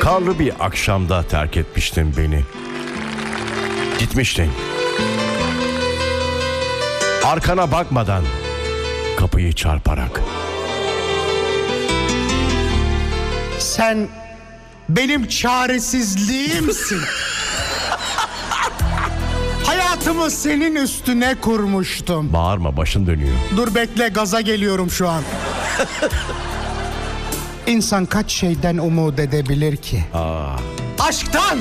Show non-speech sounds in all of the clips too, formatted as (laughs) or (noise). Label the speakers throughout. Speaker 1: Karlı bir akşamda terk etmiştin beni. Gitmiştin. Arkana bakmadan kapıyı çarparak.
Speaker 2: Sen benim çaresizliğimsin. Hayatımı senin üstüne kurmuştum.
Speaker 1: Bağırma başın dönüyor.
Speaker 2: Dur bekle gaza geliyorum şu an. İnsan kaç şeyden umut edebilir ki? Aşktan,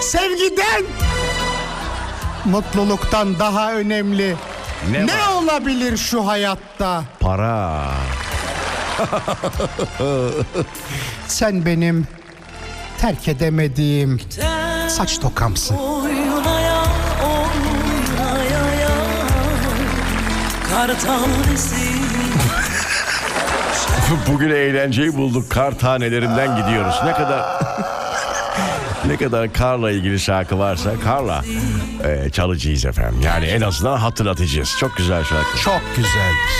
Speaker 2: sevgiden, mutluluktan daha önemli.
Speaker 1: Ne
Speaker 2: Ne,
Speaker 1: var?
Speaker 2: olabilir şu hayatta?
Speaker 1: Para. (laughs)
Speaker 2: Sen benim terk edemediğim saç tokamsın.
Speaker 3: Oynaya, oynaya, Kartal resim
Speaker 1: Bugün eğlenceyi bulduk. Kar tanelerinden gidiyoruz. Ne kadar ne kadar karla ilgili şarkı varsa karla e, çalacağız efendim. Yani en azından hatırlatacağız. Çok güzel şarkı.
Speaker 2: Çok güzeldir.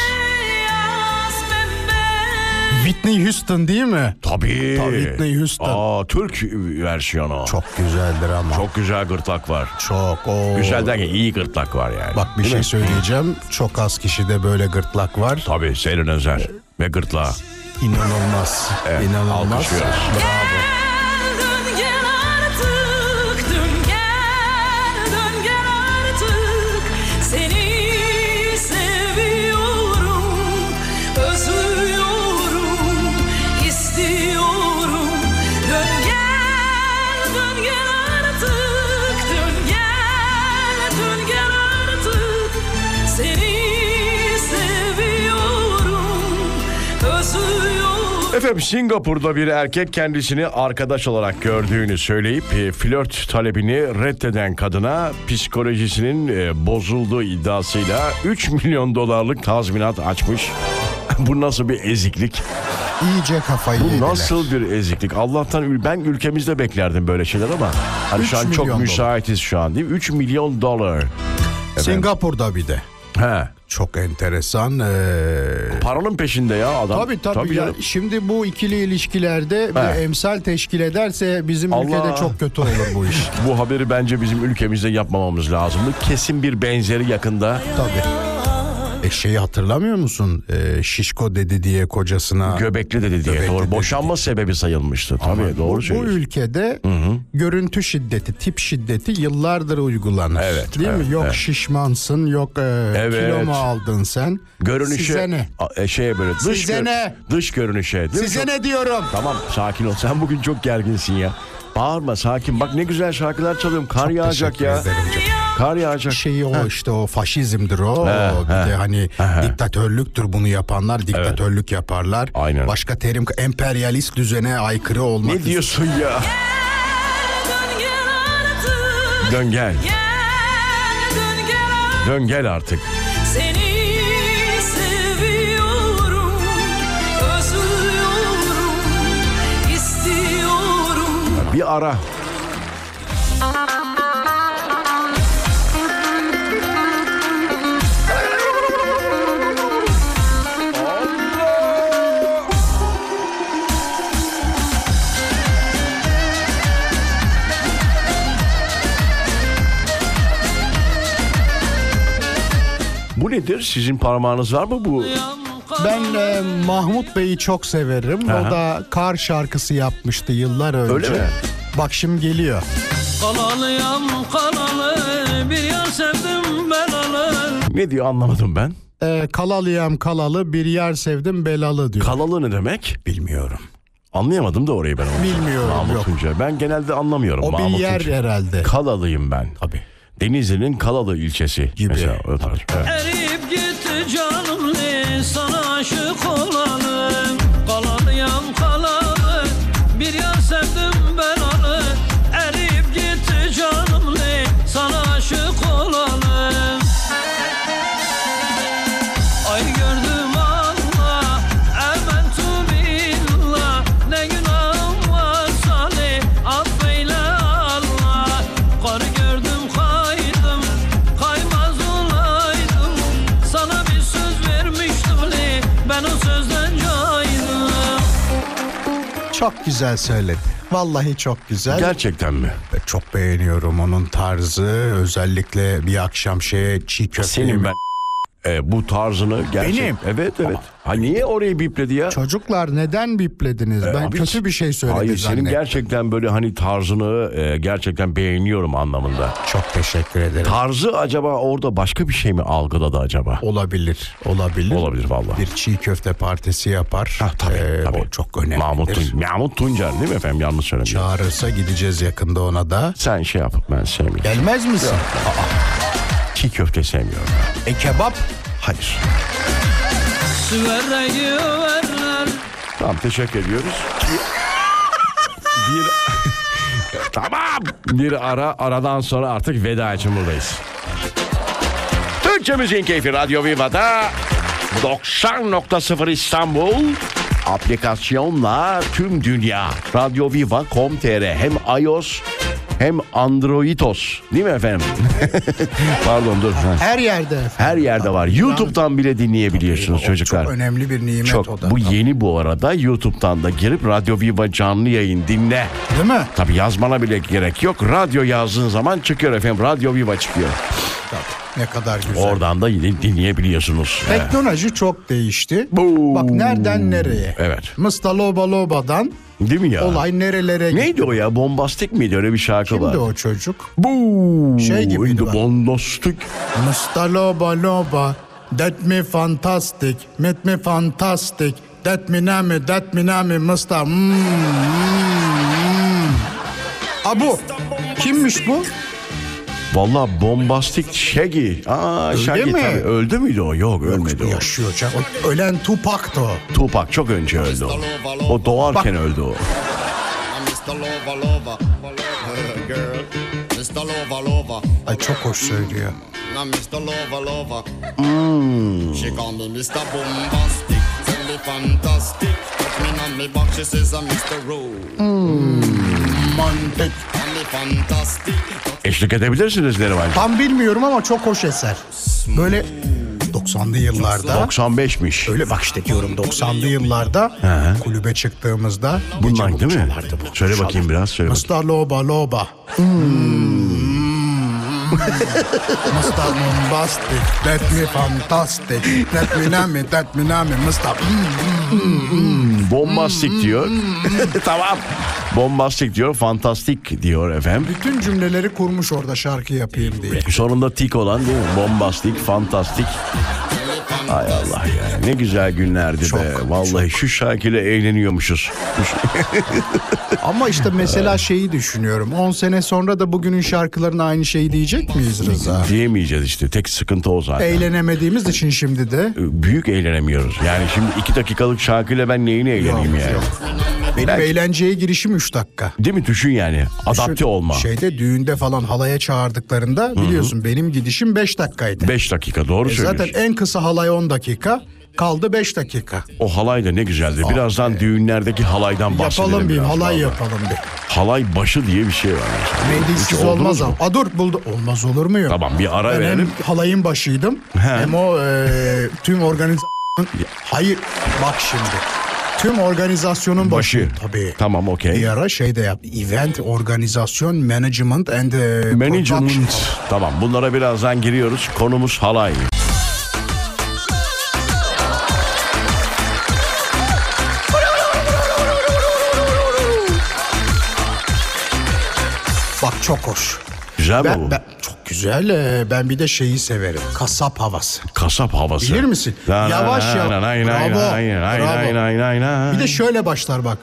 Speaker 3: yaz pembe
Speaker 2: Whitney Houston değil mi?
Speaker 1: Tabii.
Speaker 2: Tabii, Whitney Houston.
Speaker 1: Aa, Türk versiyonu. Çok,
Speaker 2: Çok güzeldir ama. Çok.
Speaker 1: güzel gırtlak var.
Speaker 2: Çok. Oo.
Speaker 1: Güzel derken iyi gırtlak var yani.
Speaker 2: Bak bir
Speaker 1: Değil
Speaker 2: şey
Speaker 1: mi?
Speaker 2: söyleyeceğim. Çok az kişide böyle gırtlak var.
Speaker 1: Tabii Seyrin Özer ve gırtlağı.
Speaker 2: İnanılmaz. İnanılmaz.
Speaker 1: alkışlıyoruz.
Speaker 2: Bravo.
Speaker 3: Gel dön gel artık Dön gel dön gel artık Seni seviyorum Özlüyorum istiyorum Dön gel dön gel artık Dön gel dön gel artık Seni seviyorum Özlüyorum
Speaker 1: Efendim Singapur'da bir erkek kendisini arkadaş olarak gördüğünü söyleyip e, flört talebini reddeden kadına psikolojisinin e, bozulduğu iddiasıyla 3 milyon dolarlık tazminat açmış. (laughs) Bu nasıl bir eziklik?
Speaker 2: İyice kafayı
Speaker 1: Bu
Speaker 2: yediler.
Speaker 1: nasıl bir eziklik? Allah'tan ül- ben ülkemizde beklerdim böyle şeyler ama hani
Speaker 2: Üç
Speaker 1: şu an çok
Speaker 2: milyon
Speaker 1: müsaitiz şu an değil mi? 3 milyon dolar.
Speaker 2: Singapur'da bir de.
Speaker 1: He.
Speaker 2: Çok enteresan. Ee...
Speaker 1: Paranın peşinde ya adam.
Speaker 2: Tabii tabii. ya.
Speaker 1: canım.
Speaker 2: Şimdi bu ikili ilişkilerde
Speaker 1: He.
Speaker 2: bir emsal teşkil ederse bizim
Speaker 1: Allah.
Speaker 2: ülkede çok kötü olur
Speaker 1: (laughs)
Speaker 2: bu iş.
Speaker 1: Bu haberi bence bizim ülkemizde yapmamamız lazımdı. Kesin bir benzeri yakında
Speaker 2: tabii. E şeyi hatırlamıyor musun? E, şişko dedi diye kocasına.
Speaker 1: Göbekli dedi diye.
Speaker 2: Göbekli
Speaker 1: doğru.
Speaker 2: dedi
Speaker 1: Boşanma sebebi sayılmıştı. Tabii doğru
Speaker 2: bu, bu
Speaker 1: söylüyorsun.
Speaker 2: ülkede görüntü şiddeti, tip şiddeti yıllardır uygulanır.
Speaker 1: Evet,
Speaker 2: Değil
Speaker 1: evet,
Speaker 2: mi? Yok
Speaker 1: evet.
Speaker 2: şişmansın, yok e,
Speaker 1: Evet.
Speaker 2: kilo mu aldın sen?
Speaker 1: Görünüşe
Speaker 2: Size ne?
Speaker 1: A- e, şeye böyle dış
Speaker 2: Size
Speaker 1: gör-
Speaker 2: ne?
Speaker 1: dış görünüşe. değil mi?
Speaker 2: Size
Speaker 1: Çok-
Speaker 2: ne diyorum?
Speaker 1: Tamam sakin ol. Sen bugün çok gerginsin ya. Bağırma sakin. Bak ne güzel şarkılar çalıyorum. Kar yağacak
Speaker 2: Teşekkür
Speaker 1: ya.
Speaker 2: ederim canım.
Speaker 1: Kar yağacak.
Speaker 2: şeyi o işte o faşizmdir o. bir de hani diktatörlüktür bunu yapanlar diktatörlük yaparlar.
Speaker 1: Aynen.
Speaker 2: Başka terim emperyalist düzene aykırı olmak.
Speaker 1: Ne diyorsun ya?
Speaker 3: Dön gel artık
Speaker 1: Dön gel.
Speaker 3: Gel dön gel artık
Speaker 1: Dön gel artık.
Speaker 3: Seni seviyorum Özlüyorum istiyorum
Speaker 1: Bir ara. Bu nedir? Sizin parmağınız var mı bu?
Speaker 2: Ben e, Mahmut Bey'i çok severim. O da kar şarkısı yapmıştı yıllar önce.
Speaker 1: Öyle mi?
Speaker 2: Bak şimdi geliyor.
Speaker 3: Kalalıyam kalalı Bir yar sevdim belalı
Speaker 1: Ne diyor anlamadım ben.
Speaker 2: E, kalalıyam kalalı bir yer sevdim belalı diyor.
Speaker 1: Kalalı ne demek?
Speaker 2: Bilmiyorum.
Speaker 1: Anlayamadım da orayı ben. ama.
Speaker 2: Bilmiyorum,
Speaker 1: Mahmut şey.
Speaker 2: yok.
Speaker 1: Tuncer. Ben genelde anlamıyorum.
Speaker 2: O
Speaker 1: Mahmut
Speaker 2: bir yer
Speaker 1: Tuncer.
Speaker 2: herhalde.
Speaker 1: Kalalıyım ben.
Speaker 2: Tabii.
Speaker 1: Denizli'nin Kalalı ilçesi.
Speaker 2: Gibi.
Speaker 1: Mesela, o tarz. Evet.
Speaker 3: Erip gitti canım ne sana aşık olalım Kalalıyam kalalı bir yar sevdim ben alı Erip gitti canım ne sana aşık olalım Ay gördüm Allah Ementu billah Ne günahım var salih Affeyle Allah Kar gördüm kaydım Kaymaz olaydım Sana bir söz vermiştim li Ben o sözden caydım
Speaker 2: Çok güzel söyledi. Vallahi çok güzel.
Speaker 1: Gerçekten mi?
Speaker 4: Ve Çok beğeniyorum onun tarzı. Özellikle bir akşam şeye çiğ köfte.
Speaker 1: Senin ben e, bu tarzını gerçek.
Speaker 4: Benim?
Speaker 1: Evet evet. Ha niye orayı bipledi ya?
Speaker 4: Çocuklar neden biplediniz? ben
Speaker 1: abi
Speaker 4: kötü bir şey söyledim
Speaker 1: Hayır senin
Speaker 4: zannettim.
Speaker 1: gerçekten böyle hani tarzını e, gerçekten beğeniyorum anlamında.
Speaker 4: Çok teşekkür ederim.
Speaker 1: Tarzı acaba orada başka bir şey mi algıladı acaba?
Speaker 4: olabilir, olabilir.
Speaker 1: Olabilir vallahi.
Speaker 4: Bir çiğ köfte partisi yapar.
Speaker 1: Ha, tabii,
Speaker 4: Ee,
Speaker 1: tabii.
Speaker 4: O çok önemlidir.
Speaker 1: Mahmut, Tun- Mahmut Tuncer değil mi efendim? Yanlış söylemiyorum.
Speaker 4: Çağırırsa gideceğiz yakında ona da.
Speaker 1: Sen şey yap ben sevmiyorum.
Speaker 4: Gelmez misin?
Speaker 1: Çiğ köfte sevmiyorum.
Speaker 4: E kebap?
Speaker 1: Hayır.
Speaker 3: Süvere yüverler
Speaker 1: Tamam teşekkür ediyoruz. bir (laughs) tamam. Bir ara aradan sonra artık veda için buradayız. Türkçe Müziğin Keyfi Radyo Viva'da 90.0 İstanbul aplikasyonla tüm dünya Radyo Viva.com.tr hem iOS hem Androidos değil mi efendim? (laughs) Pardon dur. Ha.
Speaker 2: Her yerde.
Speaker 1: Her yerde var. YouTube'dan bile dinleyebiliyorsunuz çocuklar.
Speaker 4: Çok önemli bir nimet
Speaker 1: Çok.
Speaker 4: o da.
Speaker 1: Bu yeni bu arada YouTube'dan da girip Radyo Viva canlı yayın dinle.
Speaker 4: Değil mi?
Speaker 1: Tabi yazmana bile gerek yok. Radyo yazdığın zaman çıkıyor efendim. Radyo Viva çıkıyor.
Speaker 4: Ne kadar güzel.
Speaker 1: Oradan da din- dinleyebiliyorsunuz. Evet.
Speaker 4: Teknoloji çok değişti.
Speaker 1: Boom.
Speaker 4: Bak nereden nereye?
Speaker 1: Evet.
Speaker 4: Mısta Loba Loba'dan
Speaker 1: Değil mi ya?
Speaker 4: olay nerelere
Speaker 1: Neydi o ya? Bombastik miydi? Öyle bir şarkı var.
Speaker 4: Kimdi o çocuk?
Speaker 1: Bu.
Speaker 4: Şey gibiydi bak.
Speaker 1: Bombastik.
Speaker 4: Mısta Loba Loba That me fantastic Met me fantastic That me nami That me nami Mısta Hmm, hmm, hmm. Aa, bu Kimmiş bu?
Speaker 1: Valla bombastik Shaggy. Aa, Shaggy
Speaker 4: mi?
Speaker 1: tabii. Öldü müydü o? Yok ölmedi o.
Speaker 4: Yaşıyor. can- o- Ölen Tupac'tı o.
Speaker 1: Tupac çok önce öldü o. O doğarken öldü o.
Speaker 5: I'm Mr. Lova Lova, Lova, (laughs) girl. Mr. Lova Lova,
Speaker 4: Ay çok hoş söylüyor.
Speaker 5: I'm Mr. Lova Lova. She call me Mr. Bombastic, tell me fantastic. Put me on me box, she says I'm Mr. Rowe.
Speaker 4: Mantık.
Speaker 5: Call me fantastic,
Speaker 1: Eşlik edebilirsiniz Neriman.
Speaker 2: Tam bilmiyorum ama çok hoş eser.
Speaker 4: Böyle 90'lı yıllarda
Speaker 1: 95'miş.
Speaker 4: Öyle bak işte diyorum 90'lı yıllarda kulübe çıktığımızda
Speaker 1: Bundan değil mi? Söyle bakayım biraz. Söyle bakayım.
Speaker 4: Mısta loba loba. Hmm. Mısta bombastic, that me fantastic, that me nami, that me Hmm, nami, mısta. Hmm.
Speaker 1: Bombastik diyor. (laughs) tamam. Bombastik diyor. Fantastik diyor efendim.
Speaker 4: Bütün cümleleri kurmuş orada şarkı yapayım diye.
Speaker 1: Sonunda tik olan değil mi? Bombastik, fantastik. Hay Allah ya. Ne güzel günlerdi be. Vallahi şu şarkıyla eğleniyormuşuz.
Speaker 4: Ama işte mesela şeyi düşünüyorum. 10 sene sonra da bugünün şarkılarına aynı şey diyecek miyiz Rıza?
Speaker 1: Diyemeyeceğiz işte. Tek sıkıntı o zaten.
Speaker 4: Eğlenemediğimiz için şimdi de
Speaker 1: Büyük eğlenemiyoruz. Yani şimdi iki dakikalık şarkıyla ben neyine eğleneyim yani?
Speaker 4: benim eğlenceye girişim 3 dakika.
Speaker 1: Değil mi? Düşün yani. Adapte
Speaker 4: Şu
Speaker 1: olma.
Speaker 4: Şeyde düğünde falan halaya çağırdıklarında biliyorsun benim gidişim 5 dakikaydı.
Speaker 1: 5 dakika doğru söylüyorsun.
Speaker 4: E, Zaten en kısa halay 10 dakika kaldı 5 dakika.
Speaker 1: O halay da ne güzeldi. Birazdan düğünlerdeki halaydan bahsedelim.
Speaker 4: Ah Yapalım bir
Speaker 1: biraz
Speaker 4: halay
Speaker 1: vallahi.
Speaker 4: yapalım bir.
Speaker 1: Halay başı diye bir şey var. mesela.
Speaker 4: Mendilsiz
Speaker 1: Hiç oldunuz
Speaker 4: olmaz
Speaker 1: mu?
Speaker 4: ama. Aa, dur buldu. Olmaz olur mu yok?
Speaker 1: Tamam bir ara
Speaker 4: Ben
Speaker 1: verelim.
Speaker 4: hem halayın başıydım hem o e, tüm organizasyonun... Hayır bak şimdi. Tüm organizasyonun başı.
Speaker 1: Başı.
Speaker 4: Tabii.
Speaker 1: Tamam okey.
Speaker 4: Bir ara şey de yap. Event, organizasyon, management and... e, production.
Speaker 1: Management. Tamam bunlara birazdan giriyoruz. Konumuz halay.
Speaker 4: Bak çok hoş.
Speaker 1: Güzel mi bu?
Speaker 4: Ben, ben- çok güzel. e, Ben bir de şeyi severim. Kasap havası.
Speaker 1: Kasap havası.
Speaker 4: Bilir misin?
Speaker 1: Na, na,
Speaker 4: Yavaş
Speaker 1: na,
Speaker 4: yap.
Speaker 1: na, na, na, na,
Speaker 4: Bravo,
Speaker 1: na, na,
Speaker 4: bravo.
Speaker 1: na, na, na.
Speaker 4: Bir de şöyle başlar bak.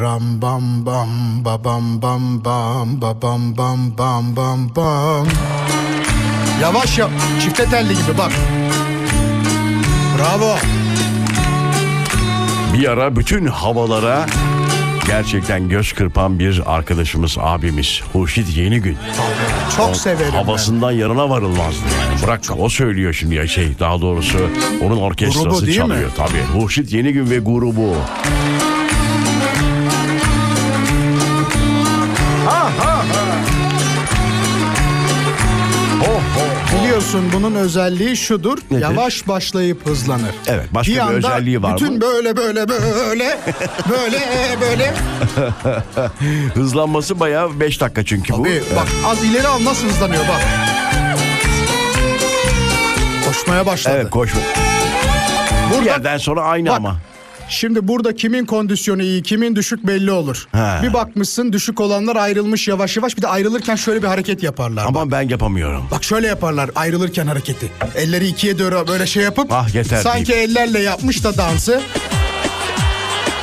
Speaker 4: Ram bam bam ba bam bam bam ba bam bam bam bam bam. Yavaş yap. Çifte telli gibi bak. Bravo.
Speaker 1: Bir ara bütün havalara gerçekten göz kırpan bir arkadaşımız abimiz Hurşit Yenigün.
Speaker 4: Çok severim ben.
Speaker 1: Havasından yarına varılmazdı. Bırak o söylüyor şimdi ya şey daha doğrusu onun orkestrası
Speaker 4: Grubu değil mi?
Speaker 1: çalıyor tabii. Hurşit Yenigün ve grubu. Ha ha ha. Ho ho.
Speaker 4: Biliyorsun bunun özelliği şudur.
Speaker 1: Nedir?
Speaker 4: Yavaş başlayıp hızlanır.
Speaker 1: Evet, başka bir
Speaker 4: anda
Speaker 1: özelliği var
Speaker 4: bütün
Speaker 1: mı?
Speaker 4: böyle
Speaker 1: (laughs)
Speaker 4: böyle böyle böyle böyle.
Speaker 1: Hızlanması bayağı 5 dakika çünkü bu.
Speaker 4: Abi, bak az ileri al nasıl hızlanıyor bak. Koşmaya başladı.
Speaker 1: Evet koşma. Bir yerden sonra aynı
Speaker 4: Bak,
Speaker 1: ama.
Speaker 4: Şimdi burada kimin kondisyonu iyi, kimin düşük belli olur.
Speaker 1: He.
Speaker 4: Bir bakmışsın düşük olanlar ayrılmış yavaş yavaş. Bir de ayrılırken şöyle bir hareket yaparlar.
Speaker 1: Ama ben yapamıyorum.
Speaker 4: Bak şöyle yaparlar ayrılırken hareketi. Elleri ikiye doğru böyle şey yapıp
Speaker 1: Ah, yeter
Speaker 4: sanki ellerle yapmış da dansı.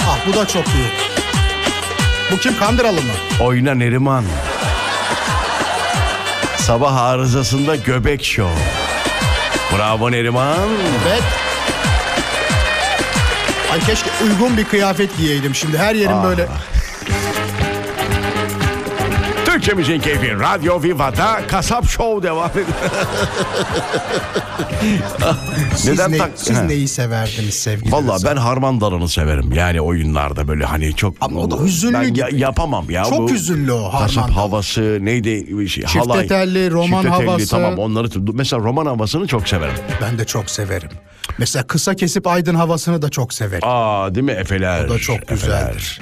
Speaker 4: Ah bu da çok iyi. Bu kim kandıralı mı?
Speaker 1: Oyna Neriman. Sabah arızasında göbek şov. Bravo Neriman.
Speaker 4: Evet. Ay keşke uygun bir kıyafet giyeydim şimdi. Her
Speaker 1: Ah.
Speaker 4: yerim böyle.
Speaker 1: Türkçe Müziğin Keyfi Radyo Viva'da Kasap Show devam ediyor.
Speaker 4: Siz,
Speaker 1: Neden
Speaker 4: ne-
Speaker 1: tak-
Speaker 4: siz
Speaker 1: Ha.
Speaker 4: neyi severdiniz sevgili?
Speaker 1: Valla
Speaker 4: Rıza?
Speaker 1: ben harman dalını severim. Yani oyunlarda böyle hani çok...
Speaker 4: Ama o da hüzünlü
Speaker 1: Ben ya-
Speaker 4: gibi.
Speaker 1: yapamam ya.
Speaker 4: Çok
Speaker 1: bu
Speaker 4: hüzünlü o harman
Speaker 1: Kasap
Speaker 4: dal.
Speaker 1: havası neydi? Şey,
Speaker 4: Çifte
Speaker 1: halay.
Speaker 4: telli, roman
Speaker 1: Çifte telli,
Speaker 4: havası.
Speaker 1: Tamam onları... Mesela roman havasını çok severim.
Speaker 4: Ben de çok severim. Mesela kısa kesip aydın havasını da çok severim.
Speaker 1: Aa değil mi Efeler?
Speaker 4: O da çok güzeldir.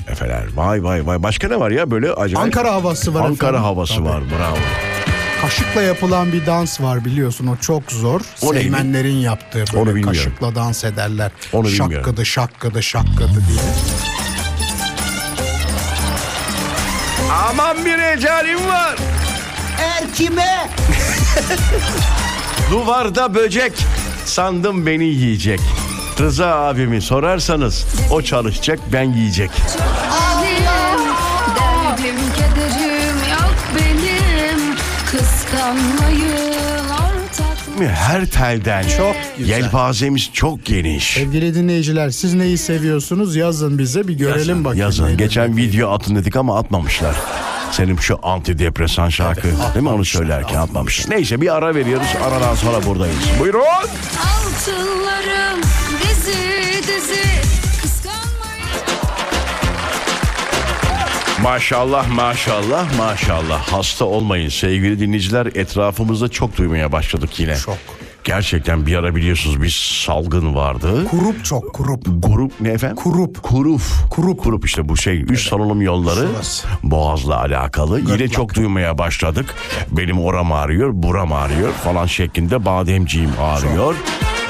Speaker 1: Efeler, Efeler. Vay vay vay. Başka ne var ya böyle acayip?
Speaker 4: Ankara havası var
Speaker 1: Ankara
Speaker 4: efendim.
Speaker 1: havası
Speaker 4: Tabii.
Speaker 1: var bravo.
Speaker 4: Kaşıkla yapılan bir dans var biliyorsun o çok zor.
Speaker 1: O neydi?
Speaker 4: Seymenlerin yaptığı böyle
Speaker 1: Onu bilmiyorum.
Speaker 4: kaşıkla dans ederler.
Speaker 1: Onu bilmiyorum.
Speaker 4: şakkıdı şakkıdı şakkıdı diye.
Speaker 1: Aman bir ecalim var.
Speaker 6: Erkime
Speaker 1: (laughs) Duvarda böcek. Sandım beni yiyecek. Rıza abimi sorarsanız o çalışacak ben yiyecek.
Speaker 7: Ağlayayım Derdim kederim yok benim Kıskanmayın ortaklık
Speaker 1: Her telden
Speaker 4: Çok güzel.
Speaker 1: yelpazemiz çok geniş.
Speaker 4: Sevgili dinleyiciler siz neyi seviyorsunuz yazın bize bir görelim bakayım.
Speaker 1: Yazın.
Speaker 4: neyi.
Speaker 1: Geçen video atın dedik ama atmamışlar. Senin şu antidepresan şarkı değil mi onu söylerken atmamışlar. Neyse bir ara veriyoruz. Aradan sonra buradayız. Buyurun.
Speaker 7: Altınlarım dizi dizi Kıskanmayın
Speaker 1: Maşallah maşallah maşallah hasta olmayın sevgili dinleyiciler etrafımızda çok duymaya başladık yine.
Speaker 4: Çok.
Speaker 1: Gerçekten bir ara biliyorsunuz bir salgın vardı.
Speaker 4: Kurup çok kurup.
Speaker 1: Grup ne efendim?
Speaker 4: Kurup.
Speaker 1: Kuruf. Kurup. Kurup işte bu şey. Üst solunum yolları
Speaker 4: Şurası.
Speaker 1: boğazla alakalı. Yine çok duymaya başladık. Benim oram ağrıyor, buram ağrıyor falan şeklinde. Bademciğim ağrıyor.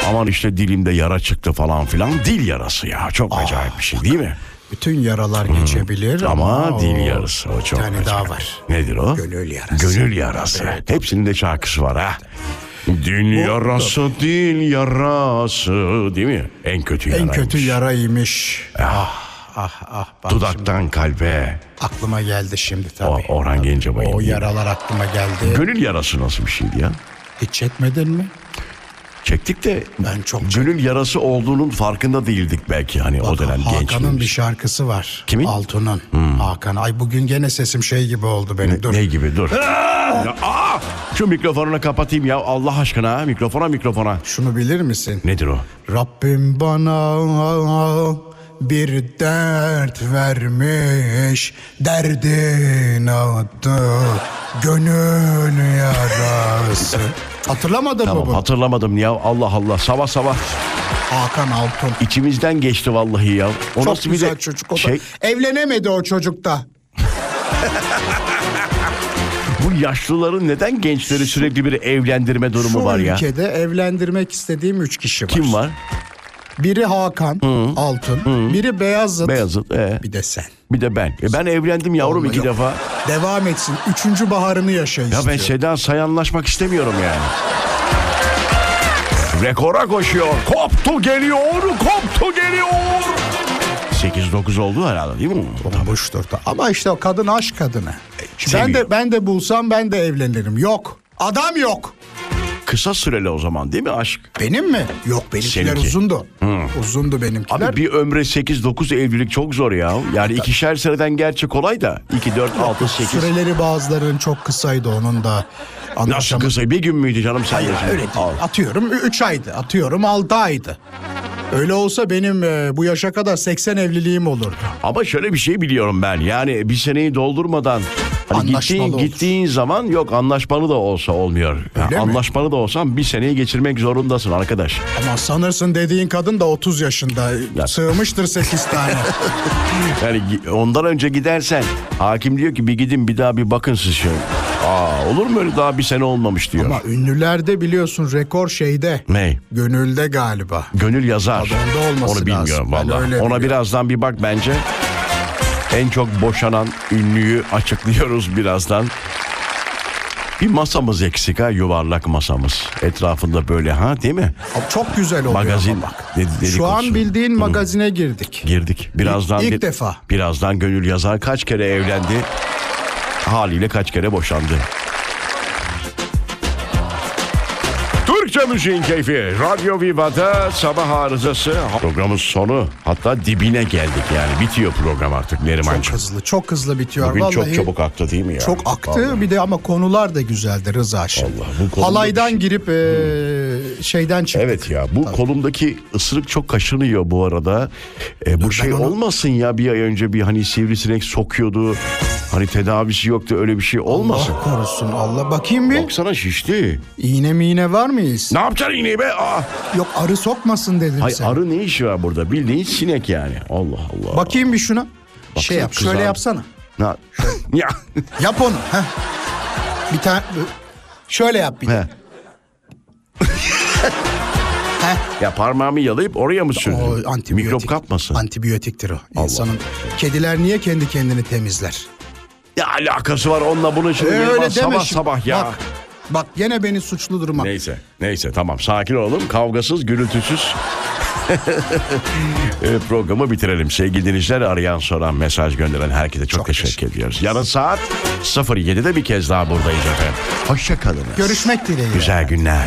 Speaker 1: Aman işte dilimde yara çıktı falan filan. Dil yarası ya. Çok acayip bir şey değil mi?
Speaker 4: Bütün yaralar geçebilir
Speaker 1: Hmm. Ama
Speaker 4: o-
Speaker 1: dil yarısı o çok
Speaker 4: Bir tane
Speaker 1: acayip.
Speaker 4: daha var.
Speaker 1: Nedir o?
Speaker 4: Gönül yarası.
Speaker 1: Gönül yarası. Hepsinin de şarkısı var ha. Dil yarası, dil yarası değil mi? En kötü
Speaker 4: En
Speaker 1: yaraymış.
Speaker 4: kötü yaraymış. Ah ah ah. Bak şimdi
Speaker 1: Dudaktan kalbe.
Speaker 4: aklıma geldi şimdi
Speaker 1: O,
Speaker 4: tabii.
Speaker 1: Orhan Gencebay'ın.
Speaker 4: o
Speaker 1: değil mi?
Speaker 4: yaralar aklıma geldi.
Speaker 1: Gönül yarası nasıl bir şeydi ya?
Speaker 4: Hiç çekmedin mi?
Speaker 1: Çektik de
Speaker 4: Ben çok
Speaker 1: gönül yarası olduğunun farkında değildik belki hani o dönem
Speaker 4: Hakan'ın
Speaker 1: gençliğimiz.
Speaker 4: bir şey- şarkısı var.
Speaker 1: Kimin? Hmm.
Speaker 4: Altun'un. Hakan. Ay bugün gene sesim şey gibi oldu benim. Dur.
Speaker 1: Ne gibi
Speaker 4: (laughs)
Speaker 1: dur. Ya, aa! Şu mikrofonunu kapatayım ya Allah aşkına ha. mikrofona mikrofona.
Speaker 4: Şunu bilir misin?
Speaker 1: Nedir o?
Speaker 4: Rabbim bana bir dert vermiş derdin adı
Speaker 1: (laughs)
Speaker 4: gönül yarası. Hatırlamadın
Speaker 1: Tamam
Speaker 4: mı bunu?
Speaker 1: hatırlamadım ya Allah Allah sabah sabah
Speaker 4: Hakan Altun.
Speaker 1: içimizden geçti vallahi ya. O
Speaker 4: Çok
Speaker 1: nasıl bir
Speaker 4: güzel
Speaker 1: de
Speaker 4: çocuk. O da-
Speaker 1: şey,
Speaker 4: Evlenemedi o çocukta.
Speaker 1: bu yaşlıların neden gençleri sürekli bir evlendirme durumu
Speaker 4: Şu
Speaker 1: var ya?
Speaker 4: ülkede evlendirmek istediğim üç kişi var.
Speaker 1: Kim var?
Speaker 4: Biri Hakan Altun, biri Beyazıt,
Speaker 1: Beyazıt. ee,
Speaker 4: bir de sen.
Speaker 1: bir de ben. E ben evlendim yavrum
Speaker 4: Olma,
Speaker 1: iki
Speaker 4: yok.
Speaker 1: defa.
Speaker 4: Devam etsin. Üçüncü baharını yaşa
Speaker 1: Ya ben şey-
Speaker 4: istiyorum.
Speaker 1: Seda Sayanlaşmak istemiyorum yani. Rekora koşuyor. Koptu geliyor, koptu geliyor. 8-9 oldu herhalde değil mi?
Speaker 4: Boştur da. Ama işte o kadın aşk kadını. E, ben
Speaker 1: seviyor.
Speaker 4: de ben de bulsam ben de evlenirim. Yok. Adam yok.
Speaker 1: Kısa süreli o zaman değil mi aşk?
Speaker 4: Benim mi? Yok benimkiler
Speaker 1: Seninki.
Speaker 4: uzundu. Uzundu benimkiler.
Speaker 1: Abi bir ömre 8-9 evlilik çok zor ya. Yani ikişer seneden gerçi kolay da. 2, 4, 6, 8.
Speaker 4: Süreleri bazılarının çok kısaydı onun da.
Speaker 1: Nasıl
Speaker 4: Anlaşamadım.
Speaker 1: kısa? Bir gün müydü canım sen
Speaker 4: Hayır
Speaker 1: de şimdi?
Speaker 4: öyle değil.
Speaker 1: Al.
Speaker 4: Atıyorum 3 aydı. Atıyorum 6 aydı. Öyle olsa benim e, bu yaşa kadar 80 evliliğim olurdu.
Speaker 1: Ama şöyle bir şey biliyorum ben. Yani bir seneyi doldurmadan Hani
Speaker 4: Anlaşmalı
Speaker 1: gittiğin,
Speaker 4: olur.
Speaker 1: gittiğin zaman yok anlaşmalı da olsa olmuyor. Ya,
Speaker 4: Öyle mi?
Speaker 1: anlaşmalı da olsan bir seneyi geçirmek zorundasın arkadaş.
Speaker 4: Ama sanırsın dediğin kadın da 30 yaşında.
Speaker 1: Ya.
Speaker 4: Sığmıştır
Speaker 1: (laughs)
Speaker 4: 8 tane.
Speaker 1: Yani gi- ondan önce gidersen hakim diyor ki bir gidin bir daha bir bakın siz şöyle. Aa olur mu öyle daha bir sene olmamış diyor.
Speaker 4: Ama ünlülerde biliyorsun rekor şeyde.
Speaker 1: Ney?
Speaker 4: Gönülde galiba.
Speaker 1: Gönül yazar.
Speaker 4: Abi onda olması
Speaker 1: Onu bilmiyorum
Speaker 4: lazım. Ben
Speaker 1: valla. Ona
Speaker 4: öyle biliyorum.
Speaker 1: birazdan bir bak bence. En çok boşanan ünlüyü açıklıyoruz birazdan. Bir masamız eksik ha yuvarlak masamız. Etrafında böyle ha değil mi?
Speaker 4: Abi Çok güzel oluyor.
Speaker 1: Magazin.
Speaker 4: ama bak.
Speaker 1: dedi-
Speaker 4: Şu
Speaker 1: dedikodusu.
Speaker 4: an bildiğin
Speaker 1: Hı.
Speaker 4: magazine girdik.
Speaker 1: Girdik. Birazdan
Speaker 4: İlk-
Speaker 1: bir-
Speaker 4: ilk defa.
Speaker 1: Birazdan Gönül Yazar kaç kere evlendi? Haliyle kaç kere boşandı? Türkçe Müziğin Keyfi Radyo Viva'da sabah arızası programın sonu hatta dibine geldik yani bitiyor program artık
Speaker 4: Çok
Speaker 1: Neriman'cığım.
Speaker 4: hızlı, çok hızlı bitiyor.
Speaker 1: Bugün
Speaker 4: Vallahi
Speaker 1: çok çabuk aktı değil mi ya?
Speaker 4: Çok aktı
Speaker 1: Vallahi.
Speaker 4: bir de ama konular da güzeldi Rıza şimdi.
Speaker 1: Vallahi bu konuda
Speaker 4: Halaydan
Speaker 1: bir şey-
Speaker 4: girip e, şeyden çıktık.
Speaker 1: Evet ya bu kolumdaki ısırık çok kaşınıyor bu arada. E, bu şey
Speaker 4: onu-
Speaker 1: olmasın ya bir ay önce bir hani sivrisinek sokuyordu. Hani tedavisi yoktu öyle bir şey olmasın.
Speaker 4: Allah korusun Allah. Bakayım bir.
Speaker 1: Baksana şişti.
Speaker 4: İğne miğne var mıyız?
Speaker 1: Ne yapacaksın iğneyi be? Aa.
Speaker 4: Yok arı sokmasın dedim
Speaker 1: Hay
Speaker 4: sen.
Speaker 1: arı ne işi var burada? Bildiğin sinek yani. Allah Allah.
Speaker 4: Bakayım bir şuna. şey
Speaker 1: Baksana
Speaker 4: yap
Speaker 1: kızardı.
Speaker 4: şöyle yapsana.
Speaker 1: Ne?
Speaker 4: (laughs)
Speaker 1: ya.
Speaker 4: Yap onu. heh. Bir tane şöyle yap bir.
Speaker 1: He.
Speaker 4: Heh.
Speaker 1: ya parmağımı yalayıp oraya mı
Speaker 4: O
Speaker 1: sürdün?
Speaker 4: antibiyotik.
Speaker 1: Mikrop kapmasın.
Speaker 4: Antibiyotiktir o. İnsanın kediler niye kendi kendini temizler?
Speaker 1: ya alakası var onunla bunun şimdi.
Speaker 4: Ee,
Speaker 1: Neriman,
Speaker 4: öyle deme
Speaker 1: sabah
Speaker 4: şimdi.
Speaker 1: sabah ya.
Speaker 4: Bak, bak gene beni suçlu duruma.
Speaker 1: Neyse, neyse tamam sakin olalım. Kavgasız, gürültüsüz (laughs) e, programı bitirelim. Sevgili dinleyiciler arayan, soran, mesaj gönderen herkese çok, teşekkür, ediyoruz. Yarın saat 07'de bir kez daha buradayız efendim. Hoşçakalın.
Speaker 4: Görüşmek dileğiyle.
Speaker 1: Güzel günler.